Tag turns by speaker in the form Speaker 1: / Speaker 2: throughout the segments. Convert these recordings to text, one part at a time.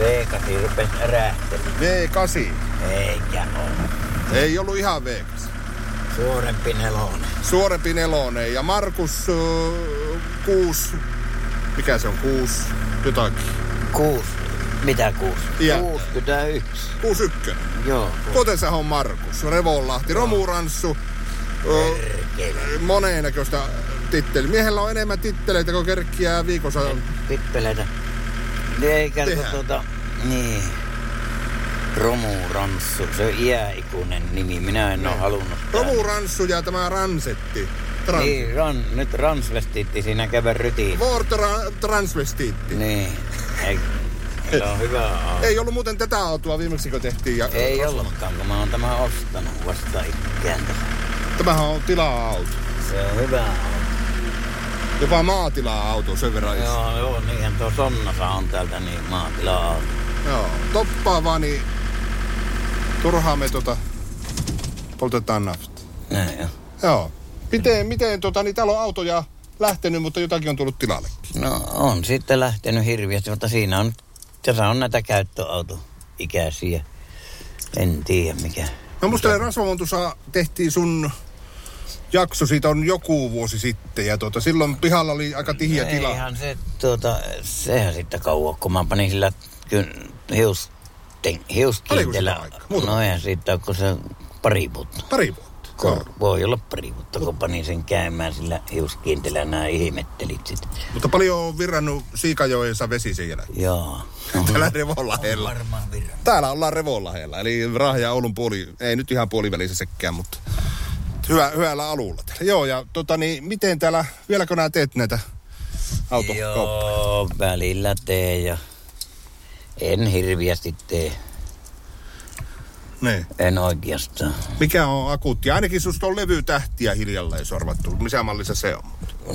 Speaker 1: Veikasi rupes rähtelemään,
Speaker 2: V8.
Speaker 1: eikä ole.
Speaker 2: Ei ollut ihan V8.
Speaker 1: Suurempi nelonen.
Speaker 2: Suorempi nelonen. Ja Markus öö, kuusi. Mikä se on? Kuusi jotakin.
Speaker 1: Kuusi. Mitä kuusi?
Speaker 2: Iä.
Speaker 1: 61.
Speaker 2: Kuusi ykkönen.
Speaker 1: Joo.
Speaker 2: Kotensa on Markus. Revonlahti. Romuranssu. Öö,
Speaker 1: Perkele.
Speaker 2: moneen näköistä titteli. Miehellä on enemmän titteleitä kuin kerkkiä viikossa.
Speaker 1: Pippeleitä. Niin Eikä kun
Speaker 2: Tehdään.
Speaker 1: tuota... Niin. Romuranssu. Se on iäikuinen nimi. Minä en ole
Speaker 2: Niin.
Speaker 1: halunnut. tää.
Speaker 2: Romuranssu ja tämä ransetti. Trans. Niin.
Speaker 1: Niin, ran, nyt transvestiitti siinä käydä rytiin.
Speaker 2: transvestiitti.
Speaker 1: Niin. Ei, se on hyvä auto.
Speaker 2: Ei ollut muuten tätä autoa viimeksi, kun tehtiin. Ja
Speaker 1: Ei ollutkaan, kun mä oon tämän ostanut vasta ikään.
Speaker 2: Tämähän on tila-auto.
Speaker 1: Se on hyvä auto.
Speaker 2: Jopa maatilaa-auto sen verran. Joo.
Speaker 1: Joo, joo, niinhän tuo Sonnasa on täältä niin maatilaa auto.
Speaker 2: Joo. Toppaa vaan, niin turhaa me tota, poltetaan nafta.
Speaker 1: Näin joo.
Speaker 2: Joo. Miten, miten tota, niin täällä on autoja lähtenyt, mutta jotakin on tullut tilalle.
Speaker 1: No on sitten lähtenyt hirviästi, mutta siinä on, tässä on näitä käyttöautoikäisiä. En tiedä mikä.
Speaker 2: No musta oli Rasvamon tuossa tehtiin sun jakso, siitä on joku vuosi sitten, ja tuota, silloin pihalla oli aika tihiä
Speaker 1: No
Speaker 2: tila.
Speaker 1: Eihän se, tuota, sehän sitten kauan, kun mä panin sillä kyn- hius, ten,
Speaker 2: Oliko siitä
Speaker 1: hiuskiintellä.
Speaker 2: aikaa? Muutama.
Speaker 1: No eihän siitä ole, kun se pari vuotta.
Speaker 2: Pari vuotta.
Speaker 1: Kor, voi olla pari vuotta, kun panin sen käymään sillä hiuskiintellä nämä ihmettelit sitten.
Speaker 2: Mutta paljon on virrannut Siikajoensa vesi sen jälkeen.
Speaker 1: Joo.
Speaker 2: Täällä Revonlahdella.
Speaker 1: Varmaan virran.
Speaker 2: Täällä ollaan Revonlahdella, eli Rahja ja Oulun puoli, ei nyt ihan puolivälissä sekään, mutta hyvä, hyvällä alulla täällä. Joo, ja tota niin, miten täällä, vieläkö nää teet näitä autokauppoja?
Speaker 1: Joo, välillä tee ja en hirviästi tee.
Speaker 2: Niin.
Speaker 1: En oikeastaan.
Speaker 2: Mikä on akuutti? Ainakin susta on levytähtiä hiljalleen sorvattu. Missä mallissa se on?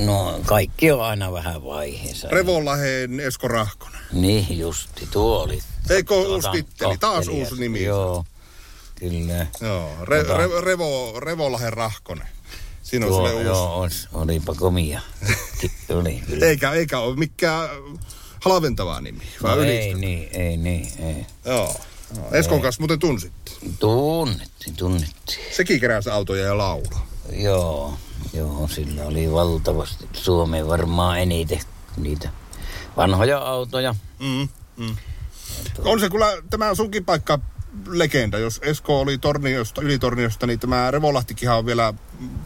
Speaker 1: No, kaikki on aina vähän vaiheessa.
Speaker 2: Revonlahden Esko Rahkonen.
Speaker 1: niin justi, tuo oli.
Speaker 2: Eikö ole
Speaker 1: tuota,
Speaker 2: uusi titteli? Taas
Speaker 1: kohtelias.
Speaker 2: uusi nimi.
Speaker 1: Joo, kyllä.
Speaker 2: Joo. Re,
Speaker 1: Tota-
Speaker 2: re, revo, Revolahen Rahkonen. Siinä on
Speaker 1: Tuo,
Speaker 2: No, sille uusi.
Speaker 1: joo, os, olipa komia. Ti- oli, kyllä.
Speaker 2: Eikä, eikä ole mikään halventavaa nimi. Vaan
Speaker 1: no,
Speaker 2: no,
Speaker 1: ei niin, ei niin, ei.
Speaker 2: Joo. Eskon kanssa muuten tunsitte.
Speaker 1: Tunnettiin, tunnettiin.
Speaker 2: Sekin keräsi autoja ja laulaa.
Speaker 1: Joo, joo, sillä oli valtavasti Suomeen varmaan eniten niitä vanhoja autoja.
Speaker 2: Mm, mm. On se kyllä tämä sunkin paikka legenda. Jos Esko oli torniosta, ylitorniosta, niin tämä Revolahtikinhan on vielä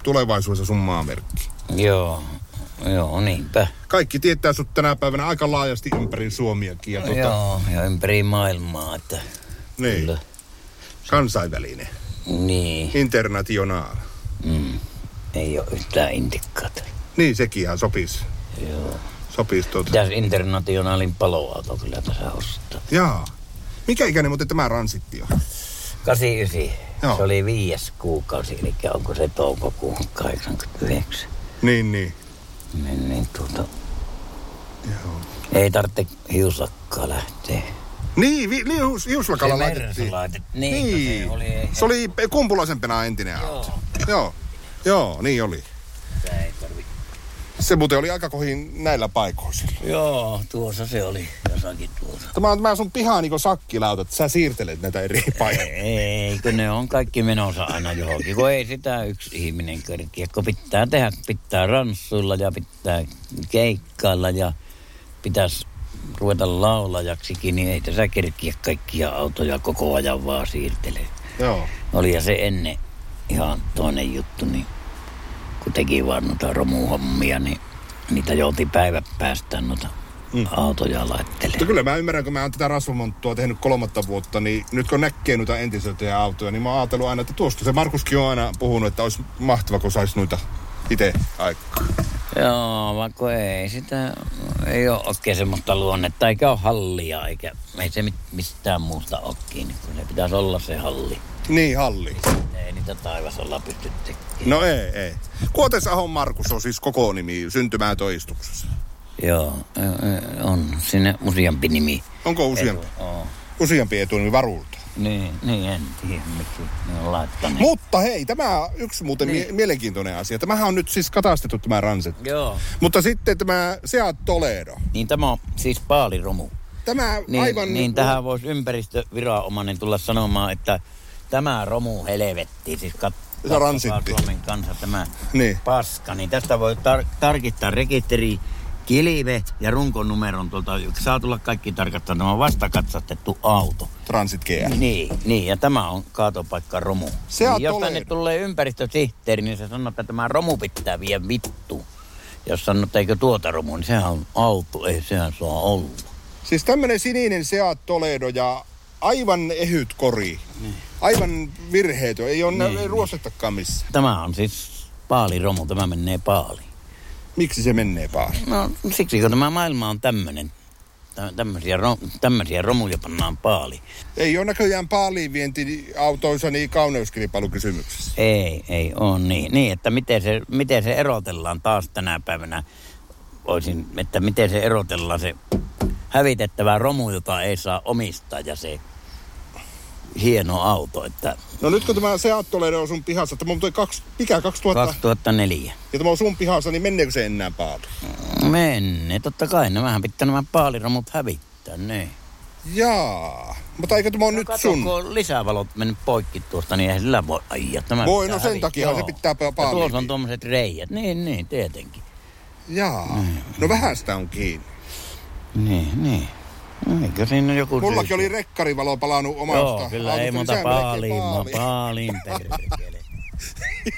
Speaker 2: tulevaisuudessa sun maamerkki.
Speaker 1: Joo, joo, niinpä.
Speaker 2: Kaikki tietää sut tänä päivänä aika laajasti ympäri Suomiakin. Ja tuota,
Speaker 1: Joo, ja ympäri maailmaa, että
Speaker 2: niin,
Speaker 1: kyllä.
Speaker 2: kansainvälinen,
Speaker 1: Niin,
Speaker 2: internationaal.
Speaker 1: mm, ei ole yhtään indikkaata.
Speaker 2: Niin, sekin ihan sopisi.
Speaker 1: Joo.
Speaker 2: Sopis tuota.
Speaker 1: Pitäisi internationaalin paloauto kyllä tässä ostaa.
Speaker 2: Jaa. Mikä ikäinen muuten tämä ransitti on?
Speaker 1: 89.
Speaker 2: Joo.
Speaker 1: Se oli viides kuukausi, eli onko se toukokuu 89.
Speaker 2: Niin, niin.
Speaker 1: Niin, niin tuota,
Speaker 2: Joo.
Speaker 1: ei tarvitse hiusakkaa lähteä.
Speaker 2: Niin, vi, niin hius, hiuslakalla
Speaker 1: Se Mersu
Speaker 2: laitettiin.
Speaker 1: laitettiin. Niin, niin. Se oli, ei,
Speaker 2: se oli kumpulaisen penaa entinen
Speaker 1: Joo.
Speaker 2: auto. Joo. Joo, niin oli.
Speaker 1: sitä ei tarvi.
Speaker 2: Se muuten oli aika kohin näillä paikoilla silloin.
Speaker 1: Joo, tuossa se oli jossakin tuossa.
Speaker 2: Tämä on tämä sun piha niin sakkilauta, että sä siirtelet näitä eri paikkoja.
Speaker 1: Ei, kun ne on kaikki menossa aina johonkin, kun ei sitä yksi ihminen kerkiä. Kun pitää tehdä, pitää ranssuilla ja pitää keikkailla ja pitäisi ruveta laulajaksikin, niin ei tässä kerkiä kaikkia autoja koko ajan vaan siirtelee.
Speaker 2: Joo.
Speaker 1: Oli ja se ennen ihan toinen juttu, niin kun teki vaan noita romuhommia, niin niitä jouti päivä päästä noita mm. autoja
Speaker 2: Mutta
Speaker 1: laittelemaan.
Speaker 2: kyllä mä ymmärrän, kun mä oon tätä rasvamonttua tehnyt kolmatta vuotta, niin nyt kun näkee noita entisiltä autoja, niin mä oon ajatellut aina, että tuosta se Markuskin on aina puhunut, että olisi mahtava, kun saisi noita itse aikaa.
Speaker 1: Joo, vaikka ei sitä, ei ole oikein semmoista luonnetta, eikä ole hallia, eikä ei se mit, mistään muusta ole kiinni, kun se pitäisi olla se halli.
Speaker 2: Niin, halli.
Speaker 1: Ei niitä taivasalla pysty tekemään.
Speaker 2: No ei, ei. Kuotesahon Markus on siis koko nimi syntymää toistuksessa.
Speaker 1: Joo, ö, ö, on sinne useampi nimi.
Speaker 2: Onko useampi,
Speaker 1: Joo.
Speaker 2: useampi etunimi varulta?
Speaker 1: Niin, niin, en tiedä miksi ne on laittanut.
Speaker 2: Mutta hei, tämä on yksi muuten niin. mie- mielenkiintoinen asia. Tämähän on nyt siis katastettu tämä ranset.
Speaker 1: Joo.
Speaker 2: Mutta sitten tämä Seat Toledo.
Speaker 1: Niin tämä on siis paaliromu.
Speaker 2: Tämä
Speaker 1: Niin,
Speaker 2: aivan...
Speaker 1: niin tähän voisi ympäristöviranomainen tulla sanomaan, että tämä romu helvetti, siis
Speaker 2: Se on
Speaker 1: katsokaa
Speaker 2: ransitti.
Speaker 1: Suomen kansa tämä
Speaker 2: Niin.
Speaker 1: paska, niin tästä voi tar- tarkistaa rekisteri kilve ja runkonumeron tuolta, saa tulla kaikki tarkastamaan, tämä on vastakatsastettu auto.
Speaker 2: Transit GR.
Speaker 1: Niin, niin, ja tämä on kaatopaikka romu.
Speaker 2: Se on
Speaker 1: niin, jos
Speaker 2: Toledo.
Speaker 1: tänne tulee ympäristösihteeri, niin se sanoo, että tämä romu pitää viedä vittu. Jos sanoo, että eikö tuota romu, niin sehän on auto, ei sehän saa olla.
Speaker 2: Siis tämmönen sininen Seat Toledo ja aivan ehyt kori. Niin. Aivan virheetö. Ei, on, niin, ei ruostettakaan missään.
Speaker 1: Tämä on siis paaliromu, tämä menee paaliin.
Speaker 2: Miksi se menee paas?
Speaker 1: No siksi, kun tämä maailma on tämmöinen. Tä- Tämmöisiä, ro, tämmöisiä romuja pannaan paali.
Speaker 2: Ei ole näköjään paaliin vienti autoissa niin kauneuskilpailukysymyksessä.
Speaker 1: Ei, ei on niin. Niin, että miten se, miten se erotellaan taas tänä päivänä. Voisin, että miten se erotellaan se hävitettävä romu, jota ei saa omistaa ja se hieno auto, että
Speaker 2: No nyt kun tämä Seat Toledo on sun pihassa, tämä on muuten kaksi, mikä 2000,
Speaker 1: 2004.
Speaker 2: ja tämä on sun pihassa, niin menneekö se enää paaliin?
Speaker 1: Menne, totta kai, nämähän pitää nämä paaliromut hävittää, niin.
Speaker 2: Jaa, mutta eikö tämä ole nyt
Speaker 1: No Kato,
Speaker 2: sun?
Speaker 1: kun on lisävalot mennyt poikki tuosta, niin eihän sillä voi ajaa. Tämä
Speaker 2: Voi,
Speaker 1: pitää
Speaker 2: no sen
Speaker 1: hävittää.
Speaker 2: takiahan se
Speaker 1: Joo.
Speaker 2: pitää pa-
Speaker 1: Ja
Speaker 2: paaliin
Speaker 1: Tuossa on
Speaker 2: viedä.
Speaker 1: tuommoiset reijät. Niin, niin, tietenkin.
Speaker 2: Jaa, no vähän sitä on kiinni.
Speaker 1: Niin, niin. Eikö siinä joku
Speaker 2: Mullakin
Speaker 1: syy
Speaker 2: oli
Speaker 1: siihen?
Speaker 2: rekkarivalo palannut omasta.
Speaker 1: siis- Joo, kyllä ei
Speaker 2: autosta,
Speaker 1: monta
Speaker 2: niin sehän melkein
Speaker 1: paaliin, no paaliin
Speaker 2: paaliin.
Speaker 1: perkele.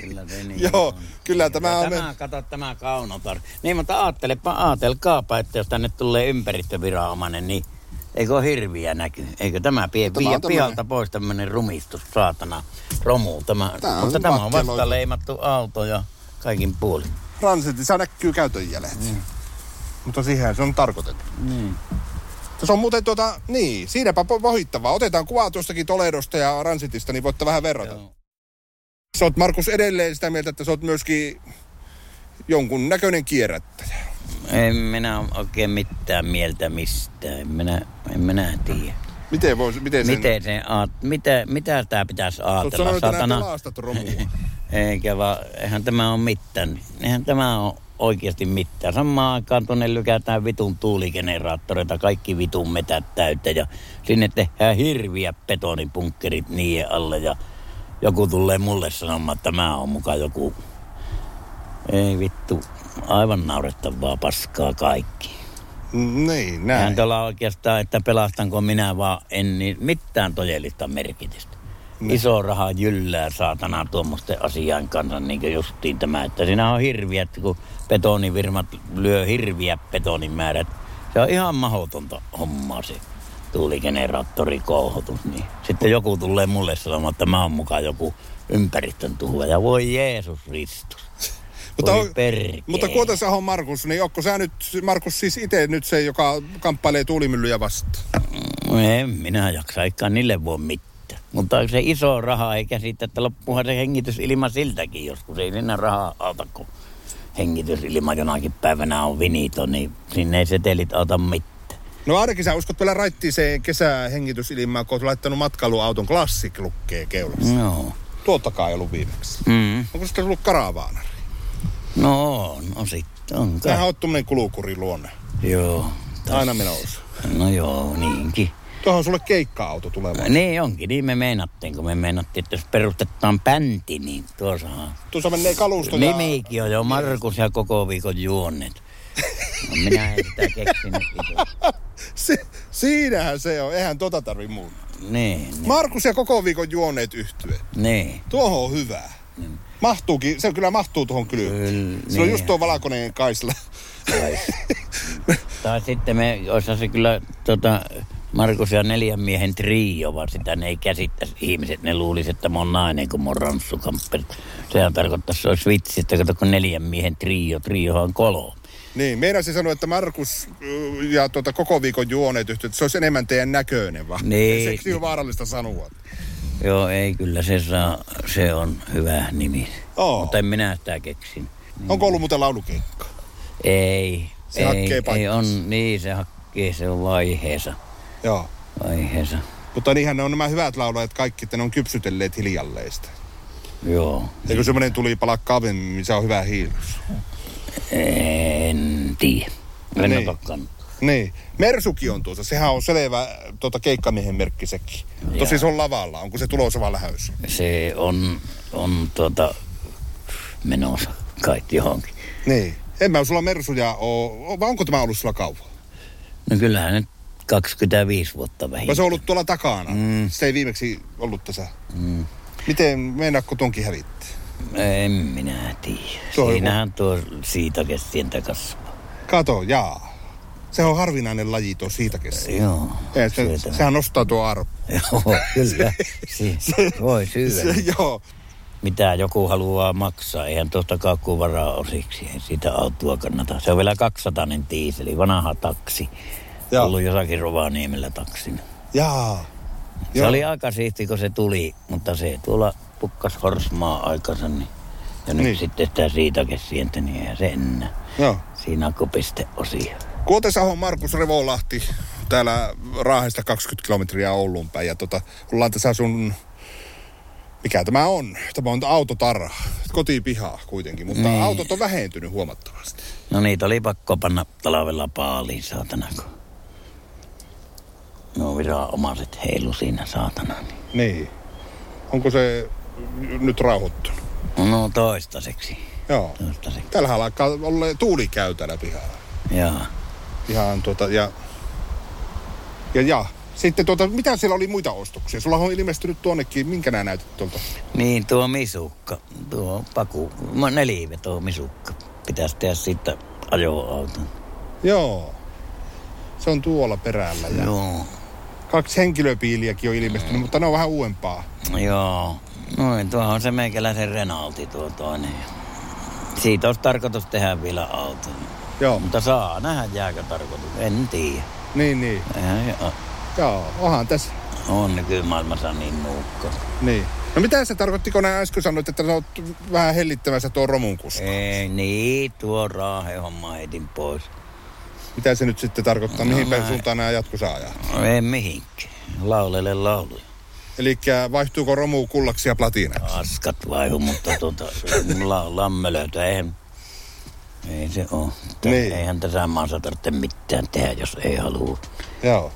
Speaker 1: kyllä se niin
Speaker 2: Joo,
Speaker 1: on.
Speaker 2: kyllä tämä
Speaker 1: Ja
Speaker 2: on
Speaker 1: Tämä, kato, tämä kaunotar. Niin, mutta ajattelepa, ajatelkaapa, että jos tänne tulee ympäristöviranomainen, niin eikö ole hirviä näky? Eikö tämä pie,
Speaker 2: Tämä on
Speaker 1: vie
Speaker 2: tämmönen-
Speaker 1: pihalta pois tämmöinen rumistus, saatana, romu. Tämä,
Speaker 2: Tämä on
Speaker 1: mutta tämä on vasta
Speaker 2: vatteloitu.
Speaker 1: leimattu auto ja kaikin puolin.
Speaker 2: Ransetissa niin näkyy käytön jäljet. Mutta siihen se on tarkoitettu.
Speaker 1: Niin.
Speaker 2: Se on muuten tuota, niin, siinäpä po- vohittavaa. Otetaan kuvaa tuostakin Toledosta ja Ransitista, niin voitte vähän verrata. Joo.
Speaker 1: Joo.
Speaker 2: Sä oot Markus edelleen sitä mieltä, että sä oot myöskin jonkun näköinen kierrättäjä.
Speaker 1: En minä ole oikein mitään mieltä mistään. En minä, en minä tiedä.
Speaker 2: Miten, vois, miten sen...
Speaker 1: Miten se, aat, mitä, mitä tämä pitäisi
Speaker 2: Sä oot
Speaker 1: ajatella,
Speaker 2: sanonut, että nää
Speaker 1: satana?
Speaker 2: pelastat romua.
Speaker 1: Eikä vaan, eihän tämä ole mitään. Eihän tämä ole oikeasti mitään. Samaan aikaan tuonne lykätään vitun tuuligeneraattoreita, kaikki vitun metät täyteen ja sinne tehdään hirviä betonipunkkerit niiden alle ja joku tulee mulle sanomaan, että mä oon mukaan joku... Ei vittu, aivan naurettavaa paskaa kaikki.
Speaker 2: Mm, niin,
Speaker 1: Eihän
Speaker 2: näin.
Speaker 1: tuolla oikeastaan, että pelastanko minä vaan, en niin mitään todellista merkitystä. Iso raha jyllää saatana tuommoisten asian kanssa, niin kuin justiin tämä, että siinä on hirviät, kun betonivirmat lyö hirviä betonimäärät. Se on ihan mahdotonta hommaa se tuuligeneraattorikouhotus. Niin. Sitten joku tulee mulle sanomaan, että mä oon mukaan joku ympäristön tuhoaja. Voi Jeesus Kristus.
Speaker 2: Mutta,
Speaker 1: Voi
Speaker 2: on-
Speaker 1: perkele.
Speaker 2: mutta Kuotasahon Markus, niin onko sä nyt, Markus siis itse nyt se, joka kamppailee tuulimyllyjä vastaan?
Speaker 1: No En minä jaksa, eikä niille voi mitään. Mutta se iso raha, eikä siitä, että loppuhan se hengitys ilman siltäkin joskus. Ei sinne rahaa auta, kun hengitys ilman jonakin päivänä on vinito, niin sinne ei setelit auta mitään.
Speaker 2: No ainakin sä uskot vielä raittiiseen kesähengitysilmaan, kun oot laittanut matkailuauton klassiklukkeja keulassa.
Speaker 1: Joo.
Speaker 2: Tuottakaa ei ollut viimeksi.
Speaker 1: Mm.
Speaker 2: Onko sitten tullut karavaana?
Speaker 1: No on, osittain. On kai.
Speaker 2: Tämähän on tämmöinen kulukuri luonne.
Speaker 1: Joo.
Speaker 2: Aina menossa.
Speaker 1: No joo, niinkin.
Speaker 2: Tuohon sulle keikka-auto tuleva.
Speaker 1: Niin onkin, niin me meinattiin, kun me meinattiin, että jos perustetaan bändi, niin tuossahan
Speaker 2: Tuossa menee kalusto ja...
Speaker 1: Nimikin on jo Markus ja koko viikon juonnet. No, minä en sitä keksinyt itse.
Speaker 2: Si- siinähän se on. Eihän tota tarvi muuttaa.
Speaker 1: Niin, niin,
Speaker 2: Markus ja koko viikon juoneet yhtyeen.
Speaker 1: niin.
Speaker 2: Tuohon on hyvää. Mahtuukin, se kyllä mahtuu tuohon
Speaker 1: Kyllä,
Speaker 2: kylään. Se on
Speaker 1: niin.
Speaker 2: just tuo valkoinen kaisla.
Speaker 1: Tai sitten me, olisi se kyllä tota, Markus ja neljän miehen trio, vaan sitä ne ei käsittäisi ihmiset. Ne luulisi, että mä oon nainen, kun mä oon ranssukampperi. Sehän tarkoittaa, että se olisi vitsi, että kato, kun neljän miehen trio, triohan on kolo.
Speaker 2: Niin, meidän se sanoi, että Markus äh, ja tuota, koko viikon juoneet yhtä, että se olisi enemmän teidän näköinen vaan.
Speaker 1: Niin.
Speaker 2: Seksi on vaarallista sanoa.
Speaker 1: Joo, ei kyllä se saa, se on hyvä nimi.
Speaker 2: Oo.
Speaker 1: Mutta en minä sitä keksin.
Speaker 2: Onko ollut muuten laulukeikka?
Speaker 1: Ei.
Speaker 2: Se
Speaker 1: ei,
Speaker 2: hakkee
Speaker 1: ei
Speaker 2: paikkaansa.
Speaker 1: on, niin se hakkee, se on vaiheensa.
Speaker 2: Joo.
Speaker 1: Vaiheensa,
Speaker 2: Mutta niinhän ne on nämä hyvät laulajat kaikki, että ne on kypsytelleet hiljalleista.
Speaker 1: joo.
Speaker 2: Eikö semmoinen tuli palaa kaavemmin, se on hyvä hiilus.
Speaker 1: En tiedä. En
Speaker 2: Niin.
Speaker 1: niin. otakaan.
Speaker 2: Niin. Mersuki on tuossa. Sehän on selvä tuota, keikkamiehen merkki sekin. Tosi se on lavalla. Onko se tulossa vai lähössä?
Speaker 1: Se on, on tuota, menossa kai johonkin.
Speaker 2: Niin. En mä sulla mersuja oo. Vai onko tämä ollut sulla kauan?
Speaker 1: No kyllähän nyt 25 vuotta
Speaker 2: Vai
Speaker 1: vähintään.
Speaker 2: se on ollut tuolla takana? Mm. Se ei viimeksi ollut tässä. Mm. Miten meinaatko tonkin hävittää?
Speaker 1: En minä tiedä.
Speaker 2: Tuo on
Speaker 1: Siinähän tuo siitä kestien kasvaa.
Speaker 2: Kato, jaa. Se on harvinainen laji tuo siitä kesä.
Speaker 1: Joo.
Speaker 2: Ei, se,
Speaker 1: syötävä.
Speaker 2: sehän nostaa tuo arvo.
Speaker 1: Joo, kyllä. Si- voi syödä.
Speaker 2: Se, joo.
Speaker 1: Mitä joku haluaa maksaa, eihän tuosta kaakku varaa osiksi, ei sitä autoa kannata. Se on vielä 200 tiiseli, vanha taksi.
Speaker 2: Joo.
Speaker 1: Joo. Ollut jossakin Rovaniemellä taksina.
Speaker 2: Jaa.
Speaker 1: Se oli aika siisti, kun se tuli, mutta se tuolla pukkas horsmaa aikansa, niin ja nyt
Speaker 2: Niin.
Speaker 1: niin. sitten sitä siitäkin sientä, niin eihän se enää.
Speaker 2: Joo.
Speaker 1: Siinä on kopisteosia.
Speaker 2: Kuotesaho Markus Revolahti täällä Raahesta 20 kilometriä Oulun päin. Ja tota, ollaan tässä sun, mikä tämä on? Tämä on autotarha, kotipihaa kuitenkin, mutta
Speaker 1: Niin.
Speaker 2: autot on vähentynyt huomattavasti.
Speaker 1: No niitä oli pakko panna talvella paaliin, saatana, kun nuo viranomaiset heilu siinä, saatana. Niin.
Speaker 2: Niin. Onko se nyt rauhoittunut?
Speaker 1: No toistaiseksi.
Speaker 2: Joo.
Speaker 1: Toistaiseksi.
Speaker 2: Täällähän alkaa olla tuuli käy täällä pihalla.
Speaker 1: Joo.
Speaker 2: Ihan tuota, ja, ja, ja. Sitten tuota, mitä siellä oli muita ostoksia? Sulla on ilmestynyt tuonnekin, minkä nää näytit tuolta?
Speaker 1: Niin, tuo misukka, tuo paku, no neliveto misukka. Pitäisi tehdä siitä ajoauton.
Speaker 2: Joo. Se on tuolla perällä. Ja...
Speaker 1: Joo.
Speaker 2: Kaksi henkilöpiiliäkin on ilmestynyt, mutta ne on vähän uudempaa.
Speaker 1: Joo. Noin, tuohon on se meikäläisen Renaulti tuo toinen. Siitä olisi tarkoitus tehdä vielä auto.
Speaker 2: Joo.
Speaker 1: Mutta saa nähdä jääkö tarkoitus. En tiedä.
Speaker 2: Niin, niin.
Speaker 1: Eihän se o-
Speaker 2: Joo, onhan tässä.
Speaker 1: on nykymaailmassa niin nuukka.
Speaker 2: Niin. No mitä se tarkoitti, kun nää äsken sanoit, että sä oot vähän hellittämässä tuon romun kuska?
Speaker 1: Ei, niin, tuo raahehomma heitin pois.
Speaker 2: Mitä se nyt sitten tarkoittaa? Mihin
Speaker 1: No
Speaker 2: päin suuntaan nämä jatkossa ajaa?
Speaker 1: Ei mihinkään. Laulele lauluja.
Speaker 2: Eli vaihtuuko romu kullaksi ja platinaksi?
Speaker 1: askat vaihu, mutta tuota, mulla on lammölöitä, ei, ei se oo. Tä-
Speaker 2: Niin.
Speaker 1: Eihän tässä maassa tarvitse mitään tehdä, jos ei halua.
Speaker 2: Joo.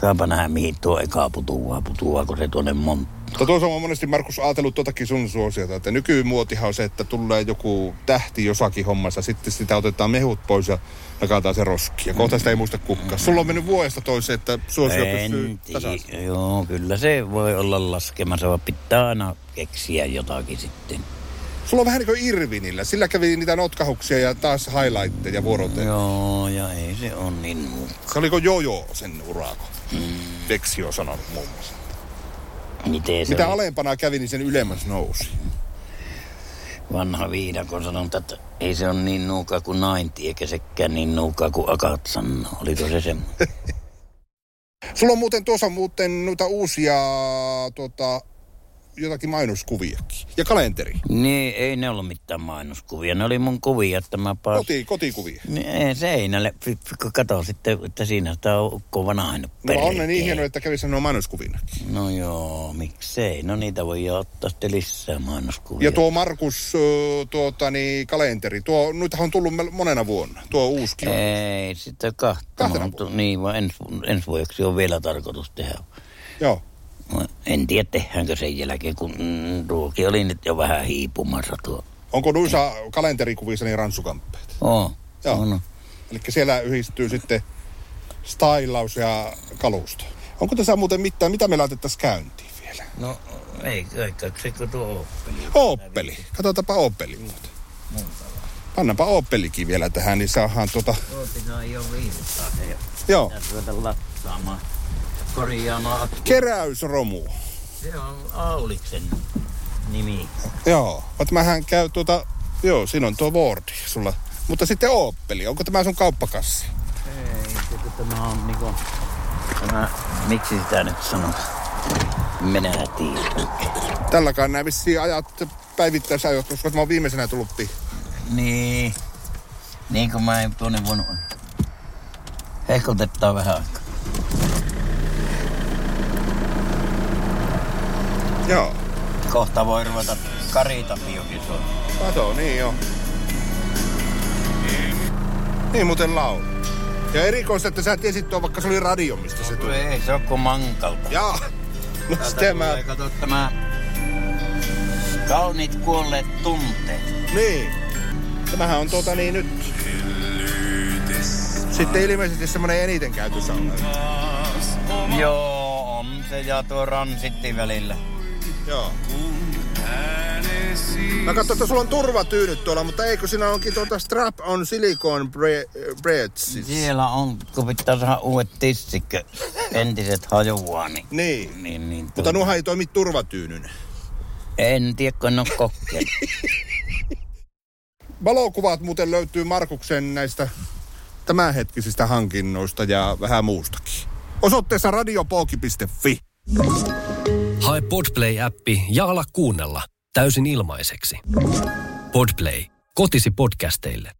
Speaker 1: Saapa nähdä, mihin tuo eka putuaa, putuaako se tuonne monttu.
Speaker 2: Mutta tuossa on monesti, Markus, ajatellut totakin sun suosiota, että nykymuotihan on se, että tulee joku tähti jossakin hommassa, sitten sitä otetaan mehut pois ja nakataan se roski. Ja kohta sitä ei muista kukka. Sulla on mennyt vuodesta toiseen, että suosio pysyy
Speaker 1: En
Speaker 2: tasaisena.
Speaker 1: tiedä. Joo, kyllä se voi olla laskemassa, vaan pitää aina keksiä jotakin sitten.
Speaker 2: Sulla on vähän niin kuin Irvinillä. Sillä kävi niitä notkahuksia ja taas highlightteja vuoroteen.
Speaker 1: Joo,
Speaker 2: Joo.
Speaker 1: ja ei se on niin muu.
Speaker 2: Se oliko jojo sen uraako? Veksi on sanonut muun muassa.
Speaker 1: Miten se
Speaker 2: Mitä
Speaker 1: oli?
Speaker 2: alempana kävi, niin sen ylemmäs nousi.
Speaker 1: vanha viidakko sanonut, että ei se ole niin nuuka kuin nainti, eikä sekään niin nuuka kuin akatsan. Oliko se semmoinen?
Speaker 2: Sulla on muuten tuossa muuten noita uusia tota, jotakin mainoskuviakin. Ja kalenteri.
Speaker 1: Niin, ei ne ollut mitään mainoskuvia. Ne oli mun kuvia, että mä pääsin.
Speaker 2: Koti, kotikuvia.
Speaker 1: Niin, ei, seinälle. Fi- fi- kun Kato sitten, että siinä sitä on ukko vanhainut
Speaker 2: No on ne niin
Speaker 1: perkele.
Speaker 2: hienoja, että kävi sanoa mainoskuvina.
Speaker 1: No joo, miksei. No niitä voi ottaa sitten lisää mainoskuvia.
Speaker 2: Ja tuo Markus, ö, tuota, niin, kalenteri, tuo, nythän on tullut mel- monena vuonna, tuo uuskin.
Speaker 1: Ei, sitä kahta.
Speaker 2: Kahtena
Speaker 1: Mutta, niin, vaan ensi, ensi vuodeksi on vielä tarkoitus tehdä.
Speaker 2: Joo.
Speaker 1: No, En tiedä, tehdäänkö sen jälkeen, kun mm, tuokin oli nyt jo vähän hiipumassa tuo.
Speaker 2: Onko noissa kalenterikuvissa niin ransukamppeet?
Speaker 1: Oo, no.
Speaker 2: Joo.
Speaker 1: on.
Speaker 2: Eli siellä yhdistyy sitten stylaus ja kalusto. Onko tässä muuten mitään, mitä me laitettaisiin käyntiin vielä?
Speaker 1: No, ei kai kaksikko tuo oppeli.
Speaker 2: Opeli. Katsotaanpa Opeli muuten. Pannaanpa Opelikin vielä tähän, niin saadaan tuota...
Speaker 1: Ootikaan jo viisikkaa se jo.
Speaker 2: Joo,
Speaker 1: Pitäisi ruveta lattaamaan. korjaamaan akku.
Speaker 2: Keräysromu.
Speaker 1: Se on Auliksen nimi.
Speaker 2: Joo, mutta mähän käy tuota, joo, siinä on tuo Fordi sulla. Mutta sitten Opeli, onko tämä sun kauppakassi?
Speaker 1: Ei, kun tämä on niinku... Tämä, miksi sitä nyt sanotaan? Minä tiedän.
Speaker 2: Tälläkään näin vissiin ajat päivittäisajot, koska mä oon viimeisenä tullut pi.
Speaker 1: Niin. Niin kuin mä en tuonne voinut... Hehkotetaan vähän aikaa.
Speaker 2: Joo.
Speaker 1: Kohta voi ruveta karitapiokisoon.
Speaker 2: Kato, niin joo. Niin muuten laulu. Ja erikoista, että sä tiesit tuon, vaikka se oli radio, mistä se tuli.
Speaker 1: Ei, se on kuin mankalta.
Speaker 2: Jaa, no
Speaker 1: Täältä
Speaker 2: sitä mä...
Speaker 1: tulee, Kato tämä... Kauniit kuolleet tunteet.
Speaker 2: Niin. Tämähän on tuota niin nyt... Sitten ilmeisesti semmonen eniten käyty sauna.
Speaker 1: Joo, on se ja tuo ransitti välillä.
Speaker 2: Joo. Mä katsoin, että sulla on turvatyynyt tuolla, mutta eikö sinä onkin tuota strap on silikon breadsis.
Speaker 1: Siellä on, kun pitää saada uudet tissikkö. Entiset hajoaa, niin...
Speaker 2: Niin.
Speaker 1: niin, niin
Speaker 2: Mutta
Speaker 1: tuota-
Speaker 2: nuha ei toimi turvatyynynä.
Speaker 1: En tiedä, kun en ole kokeillut.
Speaker 2: Valokuvat muuten löytyy Markuksen näistä tämänhetkisistä hankinnoista ja vähän muustakin. Osoitteessa radiopooki.fi.
Speaker 3: Hae Podplay-appi ja ala kuunnella täysin ilmaiseksi. Podplay. Kotisi podcasteille.